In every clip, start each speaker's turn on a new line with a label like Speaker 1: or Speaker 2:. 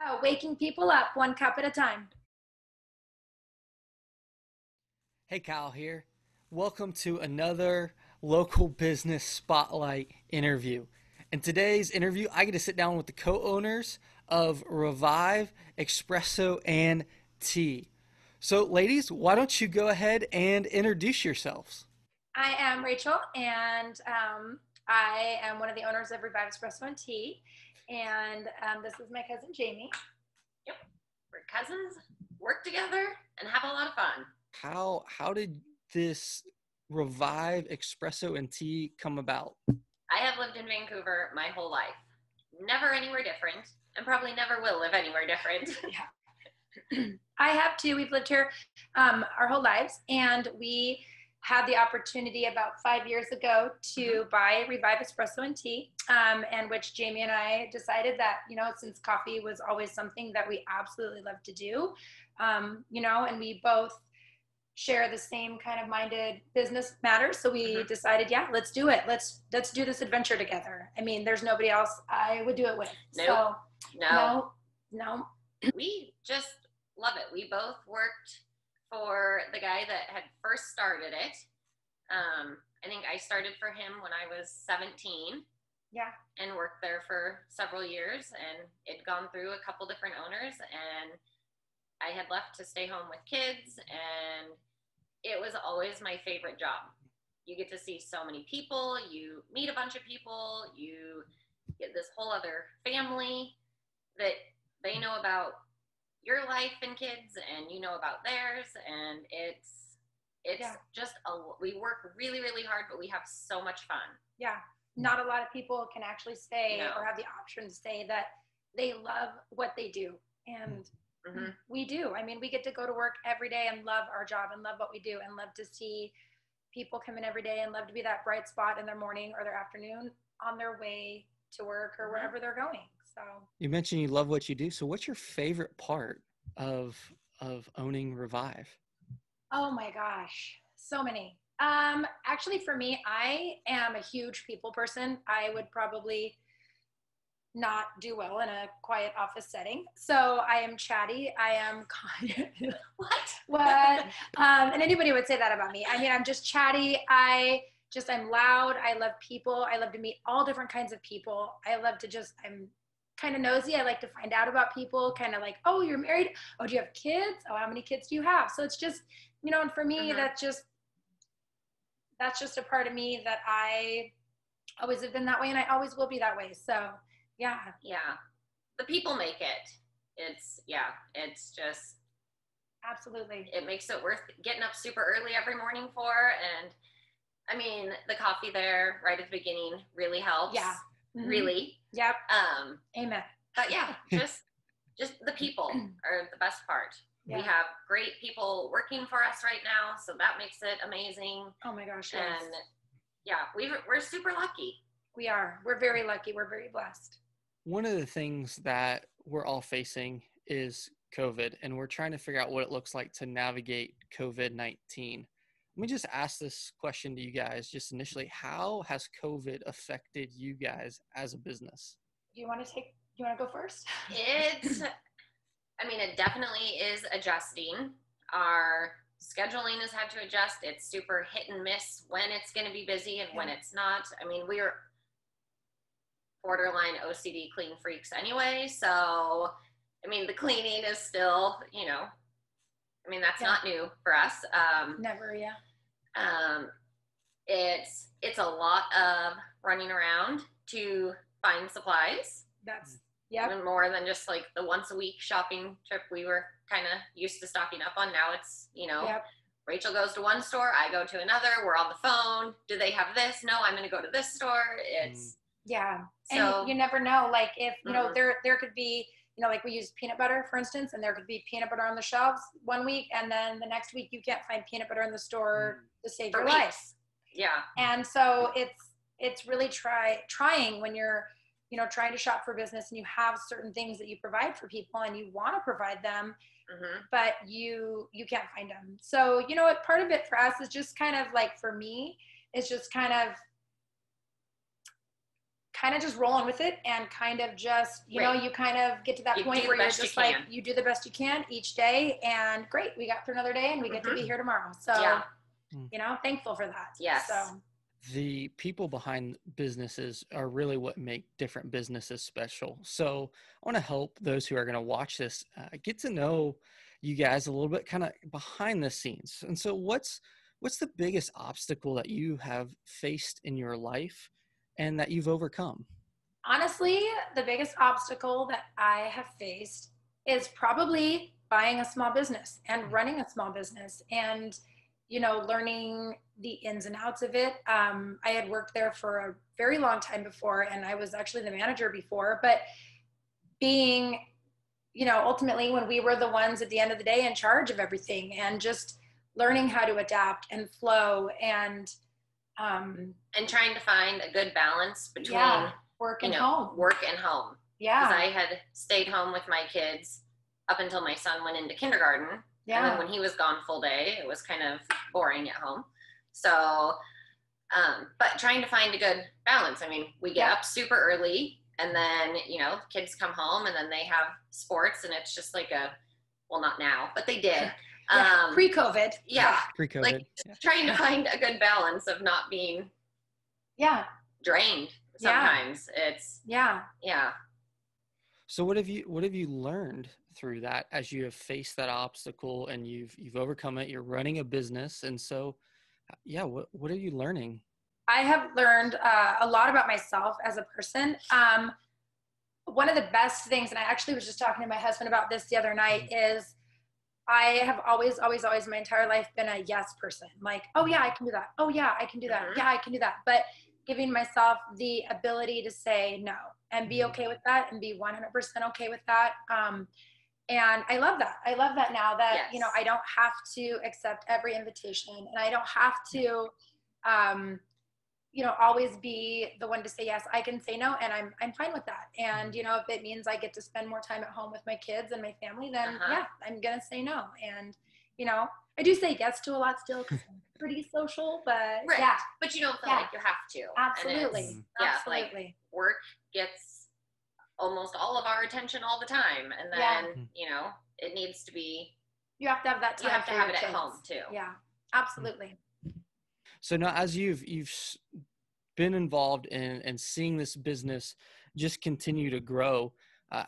Speaker 1: about Uh, waking people up one cup at a time.
Speaker 2: Hey, Kyle here. Welcome to another local business spotlight interview. In today's interview, I get to sit down with the co owners of Revive, Espresso, and Tea. So, ladies, why don't you go ahead and introduce yourselves?
Speaker 1: I am Rachel, and um, I am one of the owners of Revive Espresso and Tea. And um, this is my cousin Jamie.
Speaker 3: We're cousins, work together, and have a lot of fun.
Speaker 2: How how did this Revive, Espresso, and Tea come about?
Speaker 3: I have lived in Vancouver my whole life, never anywhere different, and probably never will live anywhere different.
Speaker 1: I have too. We've lived here um, our whole lives, and we had the opportunity about five years ago to buy Revive Espresso and Tea, um, and which Jamie and I decided that you know since coffee was always something that we absolutely love to do, um, you know, and we both share the same kind of minded business matters so we
Speaker 3: Mhm.
Speaker 1: decided yeah let's do it let's let's do this adventure together i mean there's nobody else i would do it with
Speaker 3: Nope.
Speaker 1: so no no
Speaker 3: we just love it. We both worked for the guy that had first started it. Um, I think I started for him when I was 17.
Speaker 1: Yeah.
Speaker 3: And worked there for several years and it'd gone through a couple different owners and I had left to stay home with kids and it was always my favorite job. You get to see so many people, you meet a bunch of people, you get this whole other family that they know about your life and kids and you know about theirs and it's it's
Speaker 1: Yeah.
Speaker 3: just a we work really really hard but we have so much fun
Speaker 1: yeah not a lot of people can actually say
Speaker 3: No.
Speaker 1: or have the option to say that they love what they do and
Speaker 3: Mhm.
Speaker 1: we do i mean we get to go to work every day and love our job and love what we do and love to see people come in every day and love to be that bright spot in their morning or their afternoon on their way to work or
Speaker 3: Mhm.
Speaker 1: wherever they're going so
Speaker 2: You mentioned you love what you do. So, what's your favorite part of of owning Revive?
Speaker 1: Oh my gosh, so many. Um, actually, for me, I am a huge people person. I would probably not do well in a quiet office setting. So I am chatty. I am con-
Speaker 3: what
Speaker 1: what? Um, and anybody would say that about me. I mean, I'm just chatty. I just I'm loud. I love people. I love to meet all different kinds of people. I love to just I'm kind of nosy. I like to find out about people. Kind of like, oh, you're married. Oh, do you have kids? Oh, how many kids do you have? So it's just you know, and for me,
Speaker 3: Mhm.
Speaker 1: that's just that's just a part of me that I always have been that way, and I always will be that way. So yeah,
Speaker 3: yeah the people make it it's yeah it's just
Speaker 1: absolutely.
Speaker 3: it makes it worth getting up super early every morning for and i mean the coffee there right at the beginning really helps
Speaker 1: Yeah. Mhm.
Speaker 3: really
Speaker 1: Yep.
Speaker 3: um
Speaker 1: Amen.
Speaker 3: but yeah, just just the people are the best part.
Speaker 1: Yeah.
Speaker 3: We have great people working for us right now, so that makes it amazing.
Speaker 1: Oh my gosh. Yes.
Speaker 3: And yeah, we we're super lucky.
Speaker 1: We are. We're very lucky. We're very blessed.
Speaker 2: One of the things that we're all facing is COVID, and we're trying to figure out what it looks like to navigate COVID 19. Let me just ask this question to you guys just initially. How has COVID affected you guys as a business?
Speaker 1: Do you want to take? Do you want to go first?
Speaker 3: It, I mean, it definitely is adjusting. Our scheduling has had to adjust. It's super hit and miss when it's going to be busy and when
Speaker 1: Yeah.
Speaker 3: it's not. I mean, we're borderline OCD clean freaks anyway. So, I mean, the cleaning is still, you know, I mean, that's
Speaker 1: Yeah.
Speaker 3: not new for us. Um,
Speaker 1: Never. Yeah.
Speaker 3: um, it's it's a lot of running around to find supplies
Speaker 1: That's.
Speaker 3: Mm.
Speaker 1: Yep.
Speaker 3: even more than just like the once a week shopping trip we were kind of used to stocking up on. Now it's, you know,
Speaker 1: Yep.
Speaker 3: Rachel goes to one store, I go to another, we're on the phone. Do they have this? No, I'm going to go to this store. It's
Speaker 1: Yeah.
Speaker 3: so,
Speaker 1: and you never know like if you know
Speaker 3: Mhm.
Speaker 1: there there could be you know like we use peanut butter for instance and there could be peanut butter on the shelves one week and then the next week you can't find peanut butter in the store to save
Speaker 3: Mm. For
Speaker 1: your
Speaker 3: weeks.
Speaker 1: life
Speaker 3: yeah,
Speaker 1: and so it's it's really try trying when you're you know trying to shop for business and you have certain things that you provide for people and you want to provide them
Speaker 3: hmm
Speaker 1: but you you can't find them so you know what part of it for us is just kind of like for me it's just kind of kind of just rolling with it and kind of just you
Speaker 3: Right.
Speaker 1: know you kind of get to that
Speaker 3: You
Speaker 1: point
Speaker 3: do
Speaker 1: where
Speaker 3: the
Speaker 1: you're
Speaker 3: best you
Speaker 1: just like
Speaker 3: can.
Speaker 1: you do the best you can each day and great we got through another day and we get to be here tomorrow so
Speaker 3: Mm-hmm. Yeah.
Speaker 2: Mm.
Speaker 1: you know thankful for that
Speaker 3: Yes.
Speaker 1: so
Speaker 2: the people behind businesses are really what make different businesses special. So I want to help those who are going to watch this uh, get to know you guys a little bit, kind of behind the scenes. And so, what's what's the biggest obstacle that you have faced in your life and that you've overcome?
Speaker 1: honestly the biggest obstacle that i have faced is probably buying a small business and running a small business and you know learning the ins and outs of it um, i had worked there for a very long time before and i was actually the manager before but being you know ultimately when we were the ones at the end of the day in charge of everything and just learning how to adapt and flow and um,
Speaker 3: and trying to find a good balance between
Speaker 1: Yeah. work
Speaker 3: you
Speaker 1: and
Speaker 3: know
Speaker 1: home
Speaker 3: work and home.
Speaker 1: yeah
Speaker 3: Because I had stayed home with my kids up until my son went into kindergarten.
Speaker 1: yeah
Speaker 3: And then when he was gone full day, it was kind of boring at home. So, um, but trying to find a good balance. I mean, we get
Speaker 1: Yeah.
Speaker 3: up super early and then, you know, kids come home and then they have sports and it's just like a, well, not now, but they did.
Speaker 1: Yeah,
Speaker 3: Um,
Speaker 1: pre-COVID.
Speaker 3: yeah.
Speaker 2: Pre-COVID,
Speaker 3: Like trying to find a good balance of not being
Speaker 1: Yeah,
Speaker 3: drained
Speaker 1: Yeah.
Speaker 3: sometimes. It's,
Speaker 1: yeah.
Speaker 3: yeah.
Speaker 2: So what have you what have you learned through that as you have faced that obstacle and you've you've overcome it? You're running a business, and so yeah, what what are you learning?
Speaker 1: I have learned uh, a lot about myself as a person. Um, one of the best things, and I actually was just talking to my husband about this the other night, is I have always, always, always my entire life been a yes person. Like, oh yeah, I can do that. Oh yeah, I can do that.
Speaker 3: Mhm.
Speaker 1: Yeah, I can do that. But giving myself the ability to say no and be
Speaker 2: Mhm.
Speaker 1: okay with that and be 100% okay with that. Um, and I love that. I love that now that, you know,
Speaker 3: Yes.
Speaker 1: I don't have to accept every invitation and I don't have to, um, you know always be the one to say yes i can say no and i'm i'm fine with that and you know if it means i get to spend more time at home with my kids and my family then
Speaker 3: Uh-huh.
Speaker 1: yeah i'm gonna say no and you know i do say yes to a lot still 'cause i'm pretty social but
Speaker 3: Right.
Speaker 1: yeah
Speaker 3: But you don't feel
Speaker 1: Yeah.
Speaker 3: like you have to. And it's-
Speaker 1: absolutely
Speaker 3: yeah, like-
Speaker 1: absolutely
Speaker 3: work gets almost all of our attention all the time and then
Speaker 1: Yeah.
Speaker 2: Mm.
Speaker 3: you know it needs to be
Speaker 1: you have to have that time
Speaker 3: you have to
Speaker 1: for
Speaker 3: have it
Speaker 1: your
Speaker 3: at
Speaker 1: kids.
Speaker 3: home too
Speaker 1: yeah absolutely
Speaker 2: So now, as you've you've s- been involved in and seeing this business just continue to grow, uh,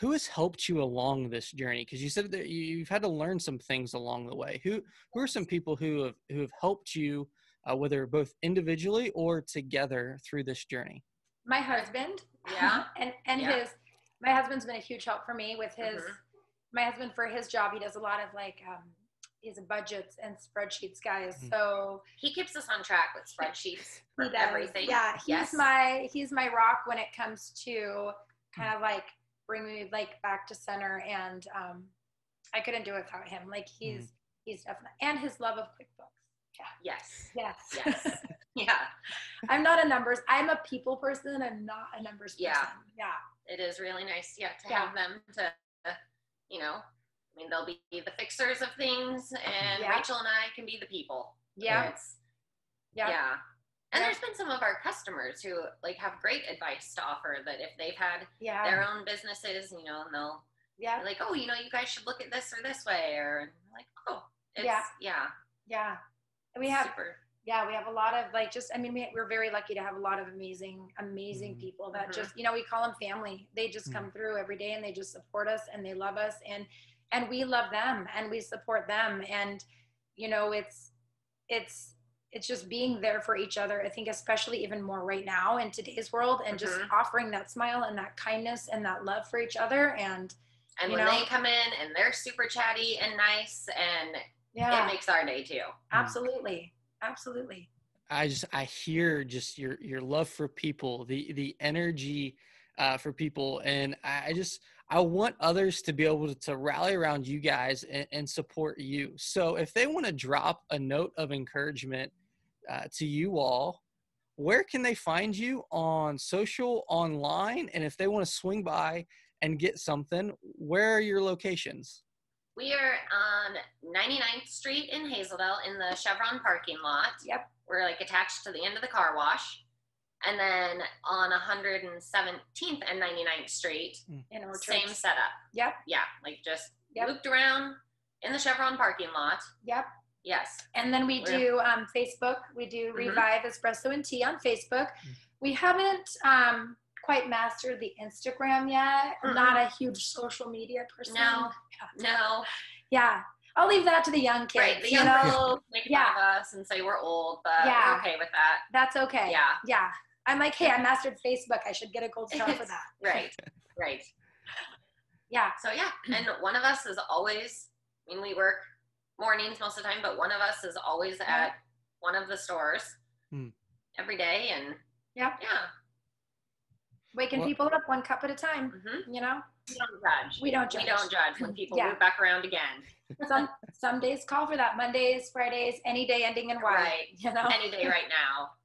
Speaker 2: who has helped you along this journey? Because you said that you, you've had to learn some things along the way. Who who are some people who have who have helped you, uh, whether both individually or together through this journey?
Speaker 1: my husband
Speaker 3: Yeah.
Speaker 1: and and
Speaker 3: Yeah.
Speaker 1: his my husband's been a huge help for me with his
Speaker 3: Mhm.
Speaker 1: my husband for his job he does a lot of like um he's a budgets and spreadsheets guys
Speaker 2: Mhm.
Speaker 1: so
Speaker 3: he keeps us on track with spreadsheets
Speaker 1: He
Speaker 3: for
Speaker 1: does.
Speaker 3: everything
Speaker 1: Yeah, he's
Speaker 3: yes
Speaker 1: my he's my rock when it comes to kind of like bring me like back to center, and um, I couldn't do it without him. Like he's he's definitely and his love of QuickBooks.
Speaker 3: yes
Speaker 1: Yes,
Speaker 3: yes yeah
Speaker 1: I'm not a numbers. I'm a people person. I'm not a numbers
Speaker 3: Yeah.
Speaker 1: person. Yeah,
Speaker 3: it is really nice yeah to
Speaker 1: Yeah.
Speaker 3: have them to you know i mean they'll be the fixers of things and
Speaker 1: Yeah.
Speaker 3: rachel and i can be the people
Speaker 1: yeah,
Speaker 3: It's-
Speaker 1: yeah, yeah.
Speaker 3: yeah
Speaker 1: Yeah.
Speaker 3: and there's been some of our customers who like have great advice to offer that if they've had
Speaker 1: yeah.
Speaker 3: their own businesses, you know, and they'll be like, oh, you know, you guys should look at this or this way, or and I'm like, oh, it's, yeah,
Speaker 1: Yeah. yeah. We have
Speaker 3: super,
Speaker 1: yeah we have a lot of like just i mean we, we're very lucky to have a lot of amazing amazing
Speaker 2: Mhm.
Speaker 1: people that
Speaker 3: Mhm.
Speaker 1: just you know we call them family they just come through every day and they just support us and they love us and and we love them and we support them and you know it's it's it's just being there for each other i think especially even more right now in today's world and just
Speaker 3: Mhm.
Speaker 1: offering that smile and that kindness and that love for each other and
Speaker 3: and
Speaker 1: you
Speaker 3: when
Speaker 1: know?
Speaker 3: they come in and they're super chatty and nice, and
Speaker 1: yeah
Speaker 3: it makes our day too.
Speaker 1: absolutely absolutely
Speaker 2: I just I hear just your your love for people, the the energy uh, for people, and I I just I want others to be able to, to rally around you guys and, and support you. So if they want to drop a note of encouragement uh, to you all, where can they find you on social, online, and if they want to swing by and get something, where are your locations?
Speaker 3: We are on 99th Street in Hazeldale in the Chevron parking lot.
Speaker 1: Yep.
Speaker 3: We're like attached to the end of the car wash. And then on 117th and 99th Street,
Speaker 1: in Orchard.
Speaker 3: same setup.
Speaker 1: Yep.
Speaker 3: Yeah, like just
Speaker 1: Yep.
Speaker 3: looped around in the Chevron parking lot.
Speaker 1: Yep.
Speaker 3: Yes.
Speaker 1: And then we
Speaker 3: Where?
Speaker 1: do um, Facebook. We do
Speaker 3: Mhm.
Speaker 1: Revive Espresso and Tea on Facebook.
Speaker 3: Mm.
Speaker 1: We haven't um, quite mastered the Instagram yet. I'm Not a huge social media person.
Speaker 3: No. No.
Speaker 1: Yeah. I'll leave that to the young kids.
Speaker 3: right. The
Speaker 1: you
Speaker 3: young
Speaker 1: know?
Speaker 3: people make fun of us and say we're old, but
Speaker 1: Yeah.
Speaker 3: we're okay with that.
Speaker 1: That's okay.
Speaker 3: Yeah.
Speaker 1: Yeah. I'm like, hey, I mastered Facebook. I should get a gold star for that.
Speaker 3: Right. right.
Speaker 1: Yeah.
Speaker 3: So yeah, and one of us is always. I mean, we work mornings most of the time, but one of us is always at one of the stores
Speaker 2: Hmm.
Speaker 3: every day, and
Speaker 1: Yep.
Speaker 3: yeah,
Speaker 1: Waking
Speaker 2: Well-
Speaker 1: people up one cup at a time.
Speaker 3: hmm
Speaker 1: You know,
Speaker 3: we don't judge.
Speaker 1: we don't judge.
Speaker 3: We don't judge when people
Speaker 1: Yeah.
Speaker 3: move back around again.
Speaker 1: Some some days call for that. Mondays, Fridays, any day ending in Y.
Speaker 3: Right.
Speaker 1: You know.
Speaker 3: Any day right now.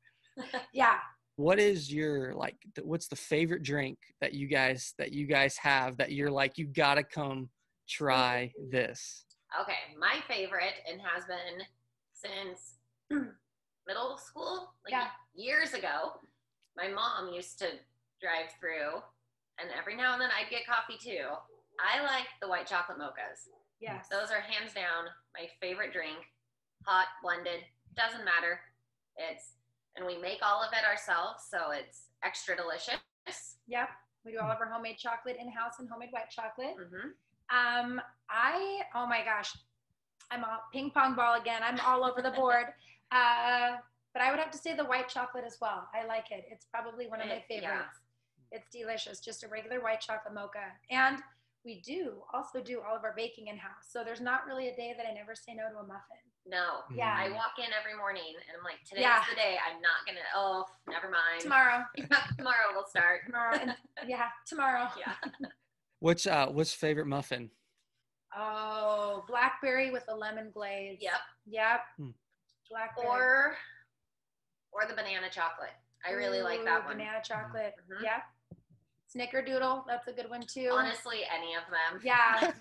Speaker 1: yeah.
Speaker 2: What is your like? th- What's the favorite drink that you guys that you guys have that you're like you gotta come try this?
Speaker 3: Okay, my favorite and has been since middle school, like
Speaker 1: Yeah.
Speaker 3: years ago. My mom used to drive through, and every now and then I'd get coffee too. I like the white chocolate mochas.
Speaker 1: Yes.
Speaker 3: Those are hands down my favorite drink. Hot, blended, doesn't matter. It's and we make all of it ourselves, so it's extra delicious.
Speaker 1: Yep. We do all of our homemade chocolate in house and homemade white chocolate.
Speaker 3: hmm
Speaker 1: Um, I oh my gosh, I'm all ping pong ball again. I'm all over the board. Uh, but I would have to say the white chocolate as well. I like it. It's probably one of my
Speaker 3: It- yeah.
Speaker 1: favorites. It's delicious. Just a regular white chocolate mocha. And we do also do all of our baking in house. So there's not really a day that I never say no to a muffin.
Speaker 3: No,
Speaker 1: Yeah.
Speaker 2: Mm.
Speaker 3: I walk in every morning and I'm like, today's
Speaker 1: Yeah.
Speaker 3: the day. I'm not gonna. Oh, never mind.
Speaker 1: Tomorrow.
Speaker 3: Tomorrow we'll start.
Speaker 1: Tomorrow. and- yeah, tomorrow.
Speaker 3: Yeah.
Speaker 2: What's uh what's favorite muffin?
Speaker 1: Oh, blackberry with a lemon glaze.
Speaker 3: Yep.
Speaker 1: Yep.
Speaker 2: Hmm.
Speaker 1: Blackberry.
Speaker 3: Or or the banana chocolate. I really like that
Speaker 1: Ooh,
Speaker 3: one.
Speaker 1: Banana chocolate.
Speaker 3: Mhm.
Speaker 1: Yeah. Snickerdoodle. That's a good one too.
Speaker 3: Honestly, any of them.
Speaker 1: Yeah.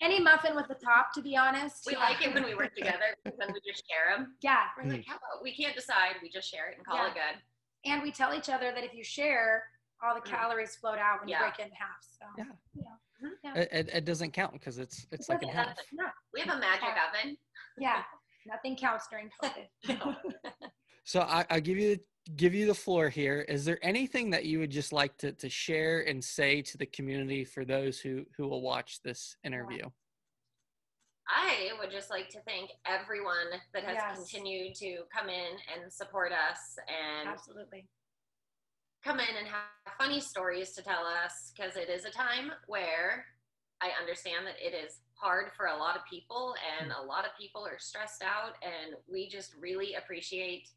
Speaker 1: Any muffin with the top, to be honest.
Speaker 3: We
Speaker 1: Yeah.
Speaker 3: like it when we work together because then we just share them.
Speaker 1: Yeah.
Speaker 3: We're
Speaker 2: Mm.
Speaker 3: like, how about we can't decide. We just share it and call it good.
Speaker 1: And we tell each other that if you share, all the
Speaker 3: Mm.
Speaker 1: calories float out when
Speaker 3: Yeah.
Speaker 1: you break it in half. So
Speaker 2: Yeah.
Speaker 1: yeah. Yeah.
Speaker 2: It, it, it doesn't count because it's it's like in
Speaker 1: Doesn't-
Speaker 2: half.
Speaker 1: No.
Speaker 3: We have a magic oven.
Speaker 1: Yeah. Nothing counts during COVID.
Speaker 2: So I, I give you give you the floor here. Is there anything that you would just like to to share and say to the community for those who who will watch this interview?
Speaker 3: I would just like to thank everyone that has
Speaker 1: Yes.
Speaker 3: continued to come in and support us and
Speaker 1: Absolutely.
Speaker 3: come in and have funny stories to tell us because it is a time where I understand that it is hard for a lot of people and a lot of people are stressed out and we just really appreciate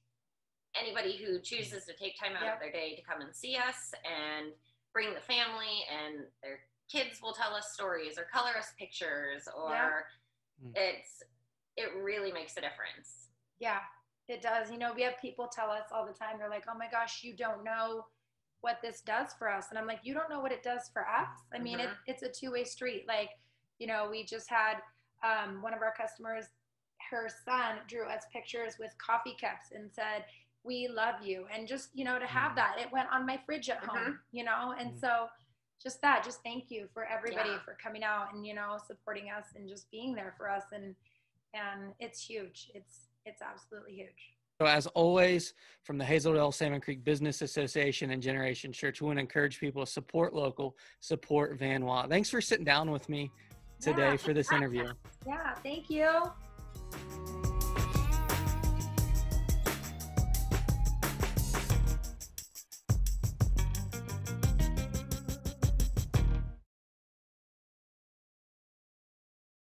Speaker 3: anybody who chooses to take time out
Speaker 1: Yep.
Speaker 3: of their day to come and see us and bring the family and their kids will tell us stories or color us pictures or
Speaker 2: Mm.
Speaker 3: it's it really makes a difference.
Speaker 1: Yeah, it does. You know, we have people tell us all the time, they're like, oh my gosh, you don't know what this does for us. And I'm like, you don't know what it does for us. I mean, it,
Speaker 3: Mhm.
Speaker 2: Mm-hmm.
Speaker 1: it's a two way street. Like, you know, we just had um, one of our customers, her son drew us pictures with coffee cups and said, we love you. And just, you know, to have
Speaker 2: Mm. Mm-hmm.
Speaker 1: that, it went on my fridge at home, you know? And
Speaker 2: Mm.
Speaker 1: so just that, just thank you for everybody
Speaker 3: Yeah.
Speaker 1: for coming out and, you know, supporting us and just being there for us. And, and it's huge. It's it's absolutely huge.
Speaker 2: So as always, from the Hazeldale Salmon Creek Business Association and Generation Church, we want to encourage people to support local, support Van Wa. Thanks for sitting down with me today
Speaker 1: Yeah.
Speaker 2: for this interview.
Speaker 1: Yeah, thank you.